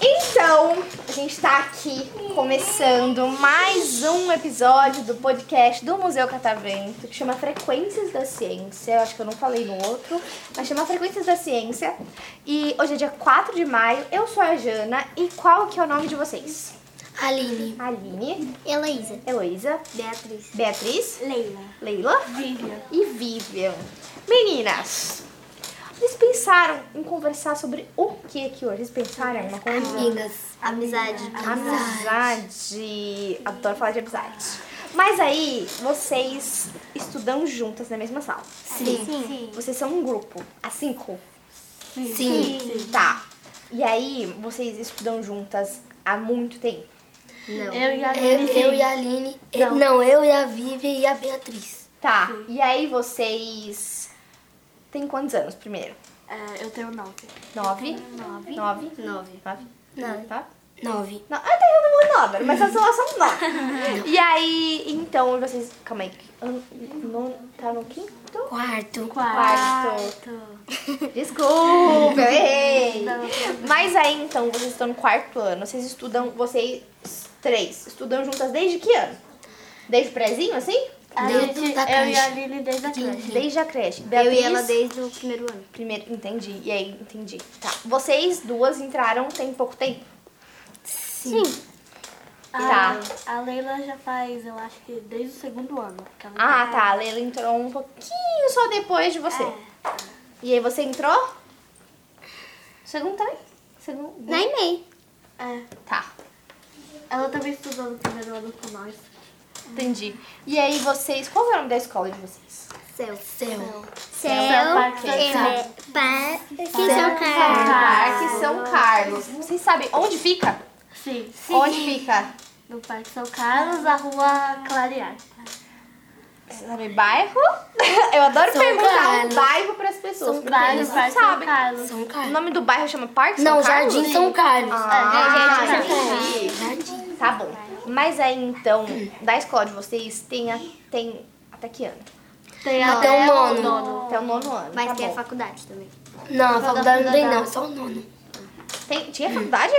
Então, a gente tá aqui começando mais um episódio do podcast do Museu Catavento, que chama Frequências da Ciência. Eu acho que eu não falei no outro, mas chama Frequências da Ciência. E hoje é dia 4 de maio, eu sou a Jana, e qual que é o nome de vocês? Aline. Aline, Heloísa. Heloísa, Beatriz. Beatriz, Leila. Leila Vivian. e Vivian. Meninas, vocês pensaram em conversar sobre o que aqui hoje? Vocês pensaram em alguma coisa? Amigas. Amizade. Amizade. Adoro falar de amizade. Mas aí, vocês estudam juntas na mesma sala. Sim. Vocês são um grupo, a cinco. Sim. Tá. E aí, vocês estudam juntas há muito tempo. Não. Eu e a Eu, Lili. É, eu e a Aline. É, Não. eu e a Vivian e a Beatriz. Tá. E aí, vocês têm quantos anos primeiro? É, eu tenho nove. Nove? Nove. Nove? Nove. Nove. Nove. Tá? Nove. Não, até eu não lembro o nome, mas só são são nove. E aí, então, vocês... Calma aí. An- non- Tá no quinto? Quarto. Desculpa, eu errei. Mas aí então, vocês estão no quarto ano, vocês estudam, vocês três, estudam juntas desde que ano? Desde o prézinho, assim? A Deu gente, da eu e a creche. Lili desde a creche. Desde a creche. Uhum. Eu e Beatriz, ela desde o primeiro ano. Primeiro, entendi. E aí, entendi. Tá. Vocês duas entraram tem pouco tempo? Sim. Tá. A, a Leila já faz, eu acho que desde o segundo ano. que ela Ah, tá. tá. A Leila entrou um pouquinho só depois de você. É. E aí, você entrou? tá Segundo também? Segundo. Né? Nem meio. É. Tá. Ela também estudou no primeiro ano com nós. Entendi. E aí, vocês. Qual é o nome da escola de vocês? É Céu. Céu. Céu, Parque São Carlos. é São Carlos. Parque São Carlos. Vocês sabem onde fica? Sim. Onde fica? No Parque São Carlos, a rua Clarear. Vocês sabem bairro? Eu adoro São perguntar Carlos. um bairro para as pessoas. porque Vai eles no não Parque São sabem. Carlos. São O Carlos. nome do bairro chama Parque Não, São Carlos? Jardim São Carlos. Ah, É, Jardim São entendi. Jardim. Tá bom. Mas aí, então, da escola de vocês, tem, a- tem até que ano? Tem Até o nono. Até o nono ano. tá bom. faculdade também. Não, a faculdade não tem faculdade. não, é só o nono. Tem- Tinha faculdade?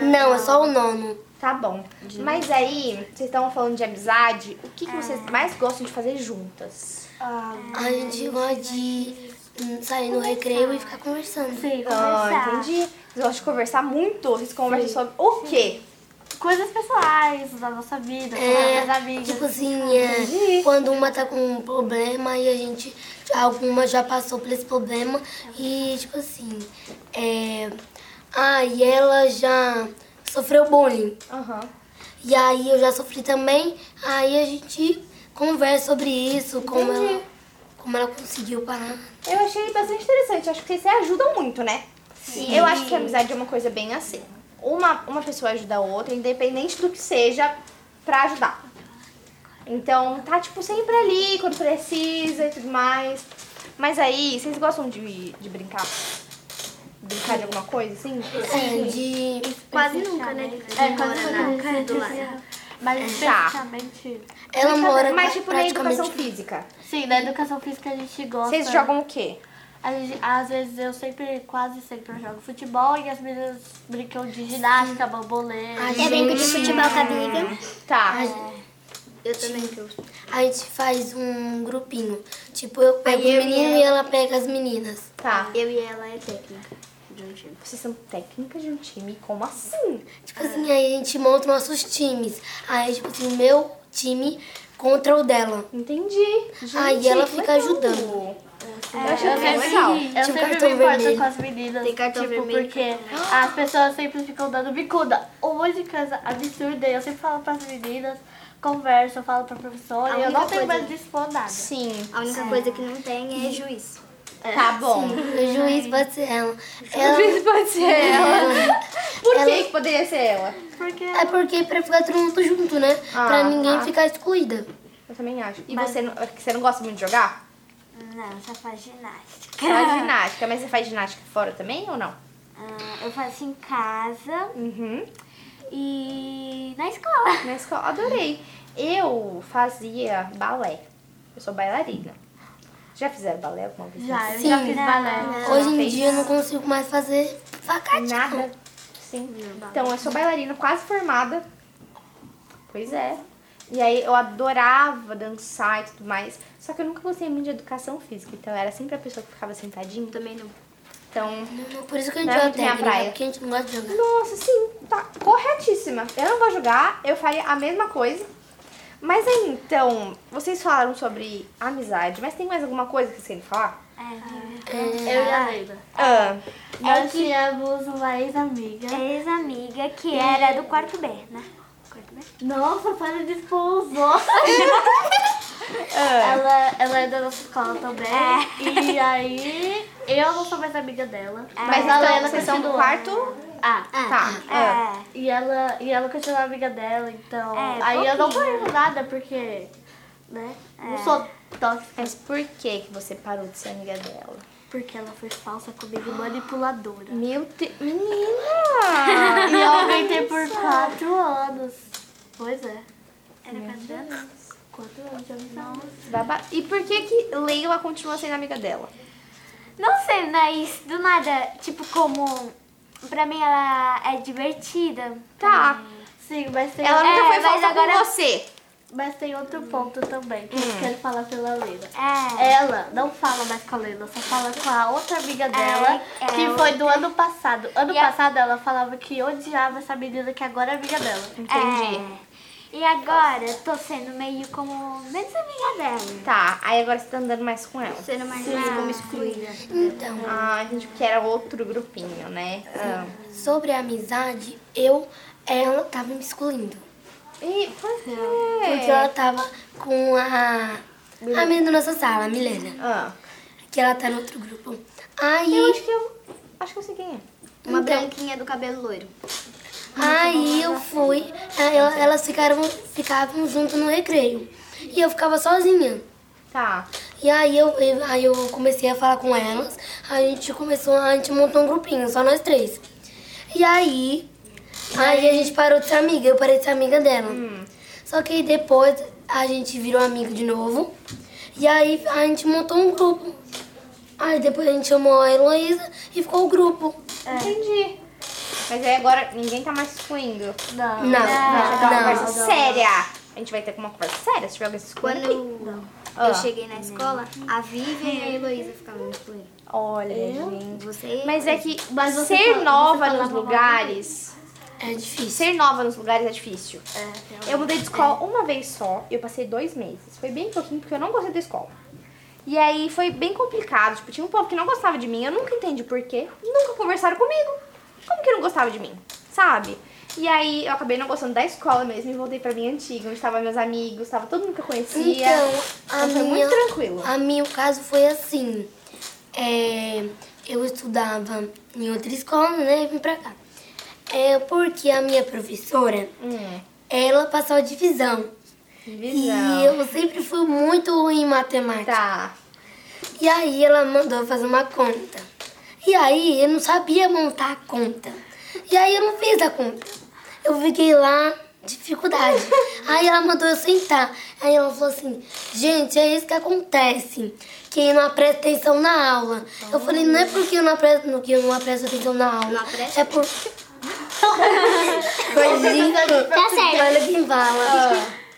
Não, é só o nono. Tá bom. Mas aí, vocês estavam falando de amizade. O que, que vocês mais gostam de fazer juntas? Ah, A gente gosta de hum, sair no recreio e ficar conversando. sim, Ah, conversar. entendi. Vocês gostam de conversar muito? Vocês conversam sobre o quê? Coisas pessoais da nossa vida, com É, nossas amigas. Tipo assim, é, quando uma tá com um problema e a gente, alguma já passou por esse problema e tipo assim, é, ah, e ela já sofreu bullying Aham. e aí eu já sofri também, aí a gente conversa sobre isso, como ela, como ela conseguiu parar. né, Eu achei bastante interessante. Acho que vocês se ajudam muito, né? Sim. Eu acho que a amizade é uma coisa bem assim. Uma, uma pessoa ajuda a outra, independente do que seja, pra ajudar. Então, tá, tipo, sempre ali quando precisa e tudo mais. Mas aí, vocês gostam de, de brincar? Brincar de alguma coisa, assim? É, de Quase nunca, né? É, quase nunca. do lar. Mas Tá. especificamente... ela mora Mas, tipo, na praticamente educação física. Sim, na educação física a gente gosta. Vocês jogam o quê? A gente- às vezes eu sempre, quase sempre eu jogo futebol e as meninas brincam de ginástica, bambolê. A É brinco de gente- futebol com a Bíblia. Tá. Eu também gosto. A gente faz um grupinho. Tipo, eu pego o eu e menino e ela pega as meninas. Tá. Eu e ela é técnica de um time. Vocês são técnicas de um time? Como assim? Tipo assim, aí a gente monta nossos times. Aí, tipo assim, meu time contra o dela. Entendi. Gente, Aí ela que fica legal. ajudando. eu achei bem É, sempre, legal. eu Tinha um sempre cartão me importo vermelho. com as meninas. Tem cartão tipo, vermelho. Porque as pessoas sempre ficam dando bicuda. Um monte de coisa absurda. E eu sempre falo pras meninas, converso, falo pra professora. A E eu não única tenho coisa- mais de expor nada. Sim. A única coisa que não tem é juiz. Tá bom. O juiz pode ser ela. Às ela vezes pode ser ela. Por Ela- que que poderia ser ela? Porque é porque pra ficar todo mundo junto, né? Ah, pra ninguém tá. ficar excluída. Eu também acho. E você, não, é você não gosta muito de jogar? Não, só faz ginástica. Faz ginástica, Ah, mas você faz ginástica fora também ou não? eu faço em casa Uhum. E na escola. Na escola, adorei. Eu fazia balé. Eu sou bailarina. Já fizeram balé alguma vez? Já, eu Sim. já fiz balé. Não. Hoje em fez. dia eu não consigo mais fazer facadinho. Nada? Sim. Ah, tipo, Não. Então, eu sou bailarina quase formada. Pois é. E aí eu adorava dançar e tudo mais. Só que eu nunca gostei muito de educação física. Então eu era sempre a pessoa que ficava sentadinha. Também não. Então. Por isso que a gente Não é joga muito minha técnica, praia. porque a gente não gosta de jogar. Nossa, sim, tá corretíssima. Eu não vou julgar, eu faria a mesma coisa. Mas aí, então, vocês falaram sobre amizade, mas tem mais alguma coisa que vocês querem falar? É, É? Eu e a Leila. Ah, Nós tínhamos uma ex-amiga. Ex-amiga que era do quarto B, né? Quarto B? Nossa, para de expor os outros. ah, Ela, ela é da nossa escola também. É, E aí, eu não sou mais amiga dela. mas a então, Leila vocês são do continua. quarto? Ah, Tá. ah. É. e ela, e ela continua amiga dela, então. É, aí eu não pouquinho. falei nada, porque. Né? Não É. sou tóxica. Mas por que que você parou de ser amiga dela? Porque ela foi falsa comigo, manipuladora. Meu Deus, menina! E eu aguentei por quatro anos. Pois é. Era quatro anos. Quatro anos de amizade. Baba- E por que que Leila continua sendo amiga dela? Não sei, mas do nada, tipo, como pra mim ela é divertida. Tá, Sim, mas tem, ela É, nunca foi mas falsa com agora- você. mas tem outro ponto também que eu quero falar pela Leila. É. Ela não fala mais com a Leila, só fala com a outra amiga dela, é que outra. foi do ano passado. Ano E a- passado ela falava que odiava essa menina que agora é amiga dela. Entendi. É. E agora eu tô sendo meio como menos amiga dela. Tá, aí agora você tá andando mais com ela. Sendo mais como excluída. Então, Ah, entendi, porque era outro grupinho, né? Ah. sobre a amizade, eu, ela tava me excluindo. E por quê? É. Porque ela tava com a, a menina da nossa sala, a Milena, Ah, que ela tá no outro grupo. Aí, eu acho que eu. Acho que eu sei quem é. Uma Então. branquinha do cabelo loiro. aí eu fui, aí ela- elas ficaram, ficavam junto no recreio. E eu ficava sozinha. Tá. E aí eu, eu- aí eu comecei a falar com elas, a gente começou, a gente montou um grupinho, só nós três. E aí, aí a gente parou de ser amiga, eu parei de ser amiga dela. Hum. Só que aí depois a gente virou amigo de novo, e aí a gente montou um grupo. Aí depois a gente chamou a Heloísa e ficou o grupo. É. Entendi. Mas aí agora ninguém tá mais excluindo. É, Não. Não, não, Vai ter uma conversa não. séria. A gente vai ter uma conversa séria se tiver alguém se Quando excluindo. aqui. eu, Ah. eu cheguei na escola, a Vivian e a Heloísa ficavam me excluindo. Olha, gente. Você. Mas é que Mas você ser fala- você nova falava nos lugares. É difícil. Ser nova nos lugares é difícil. É, Eu mudei de escola uma vez só, eu passei dois meses. Foi bem pouquinho, porque eu não gostei da escola. E aí foi bem complicado, tipo, tinha um povo que não gostava de mim, eu nunca entendi porquê, nunca conversaram comigo. Como que não gostava de mim, sabe? E aí eu acabei não gostando da escola mesmo e voltei pra minha antiga, onde estavam meus amigos, tava todo mundo que eu conhecia. Então, a foi minha- muito tranquilo. A minha, o caso foi assim. é, eu estudava em outra escola, né? E vim pra cá. É porque a minha professora, Hum, ela passou divisão. divisão. E eu sempre fui muito ruim em matemática. Tá. E aí ela mandou eu fazer uma conta. E aí eu não sabia montar a conta. E aí eu não fiz a conta. Eu fiquei lá, dificuldade. aí ela mandou eu sentar. Aí ela falou assim, gente, é isso que acontece. Quem não presta atenção na aula. Eu falei, não é porque eu não presto, no que eu não presto atenção na aula. Não presta? É por. Coisinha. Tá certo. Ah. Olha quem fala.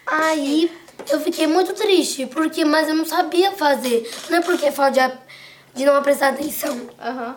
Aí eu fiquei muito triste, porque mas eu não sabia fazer. Não é porque falta de, a- de não prestar atenção. Aham.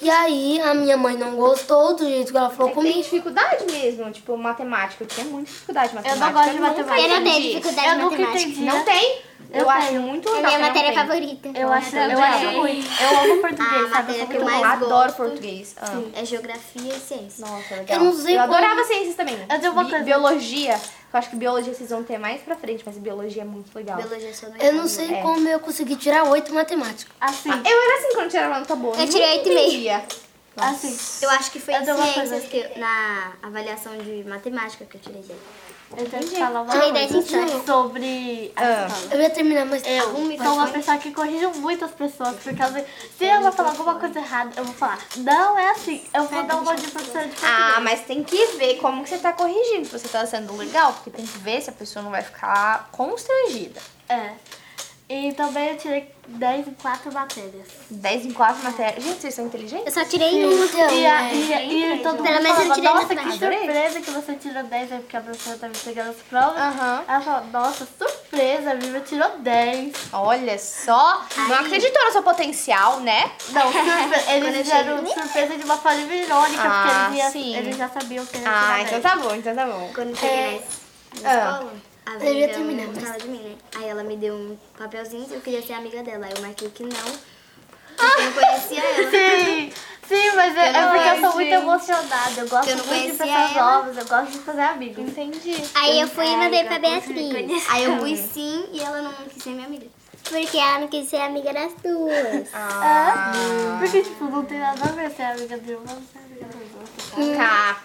E aí a minha mãe não gostou do jeito que ela falou É que Tem comigo. dificuldade mesmo, tipo, matemática. Eu tinha muita dificuldade de Eu matemática. não gosto de nunca matemática. entendi. eu nunca entendi. Não tem? Eu, Eu acho tenho. muito É legal. que não tem. favorita. Eu acho, eu também. acho ruim. Eu amo português, A sabe? matéria Eu Eu sou que eu muito mais boa. adoro gosto. português. Ah. É geografia e ciência. Nossa, legal. Eu não sei como- adorava ciências também. Eu tenho uma Bi- coisa- Biologia. Eu acho que biologia vocês vão ter mais pra frente, mas biologia é muito legal. Biologia só não Eu não entendo. sei É. como eu consegui tirar oito em matemática. Assim, Ah, eu era assim quando tirava nota boa. Eu nunca tirei oito e meio. entendia. Ah, Assim. Eu acho que foi em Eu dou uma coisa. ciências que eu- na avaliação de matemática que eu tirei dele. Eu tenho que falar uma Tirei dez em coisa tudo. sobre a Ah. escola. Eu ia terminar, mas É, eu então, Sou uma pessoa que corrige muitas pessoas, por causa. Se ela falar alguma coisa errada, eu vou falar. Não é assim. Eu vou dar uma de professora de Ah, português. mas tem que ver como que você tá corrigindo, se você tá sendo legal, porque tem que ver se a pessoa não vai ficar constrangida. É. E também eu tirei 10 em 4 matérias. 10 em 4 matérias. Gente, vocês são inteligentes? Eu só tirei um. Então, e, a, né? é. e, a- e todo mundo Pelo menos eu falava, tirei nossa, no que final, surpresa que você tirou 10, é porque a professora tá me pegando as provas. Aham. Ela falou, nossa, surpresa, a Viva tirou 10. Olha só, não acreditou no seu potencial, né? Não, surpresa, eles fizeram surpresa de uma forma irônica, Ah, porque eles, sim. iam, eles já sabiam que ele ia Ah, tirar então 10. tá bom, então tá bom. Quando eu cheguei na, na Ah. escola, a É, Eu ia Brenda terminar, não mas- gostava de mim, né? Aí ela me deu um papelzinho que eu queria ser amiga dela. Aí eu marquei que não, porque eu não conhecia ela. Sim, sim, mas é, Eu é não porque eu sou gosto, muito gente. emocionada. Eu gosto Eu não muito de conhecia pessoas ela. novas, eu gosto de fazer amigos. Entendi. Aí eu fui e mandei pra Beatriz. Aí eu fui sim e ela não quis ser minha amiga. Porque ela não quis ser amiga das duas. Ah, Porque, tipo, não tem nada a ver ser amiga de uma, ser amiga dos outros. tá.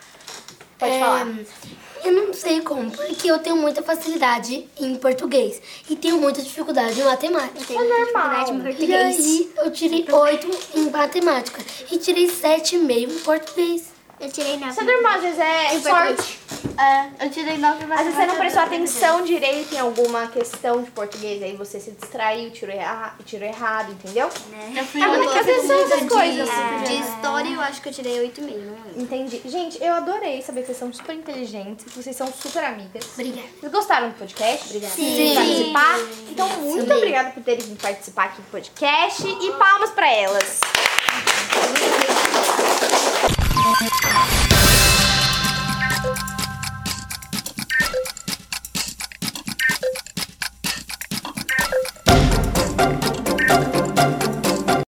Pode É, falar. Eu não sei como, porque eu tenho muita facilidade em português e tenho muita dificuldade em matemática. É normal. E aí eu tirei oito em matemática e tirei sete e meio em português. ah, Eu tirei nove. Isso é normal, às vezes é sorte. É, eu tirei 9 Às vezes você não prestou é atenção direito em alguma questão de português, aí você se distraiu, tirou, erra- tirou errado, entendeu? Eu fui Ah, mas uma que atenção essas coisas. De história eu acho que eu tirei 8,5, não lembro. Entendi. Gente, eu adorei saber que vocês são super inteligentes, que vocês são super amigas. Obrigada. Vocês gostaram do podcast? Obrigada Sim. por participar. Então, muito obrigada por terem vindo participar aqui do podcast e palmas pra elas.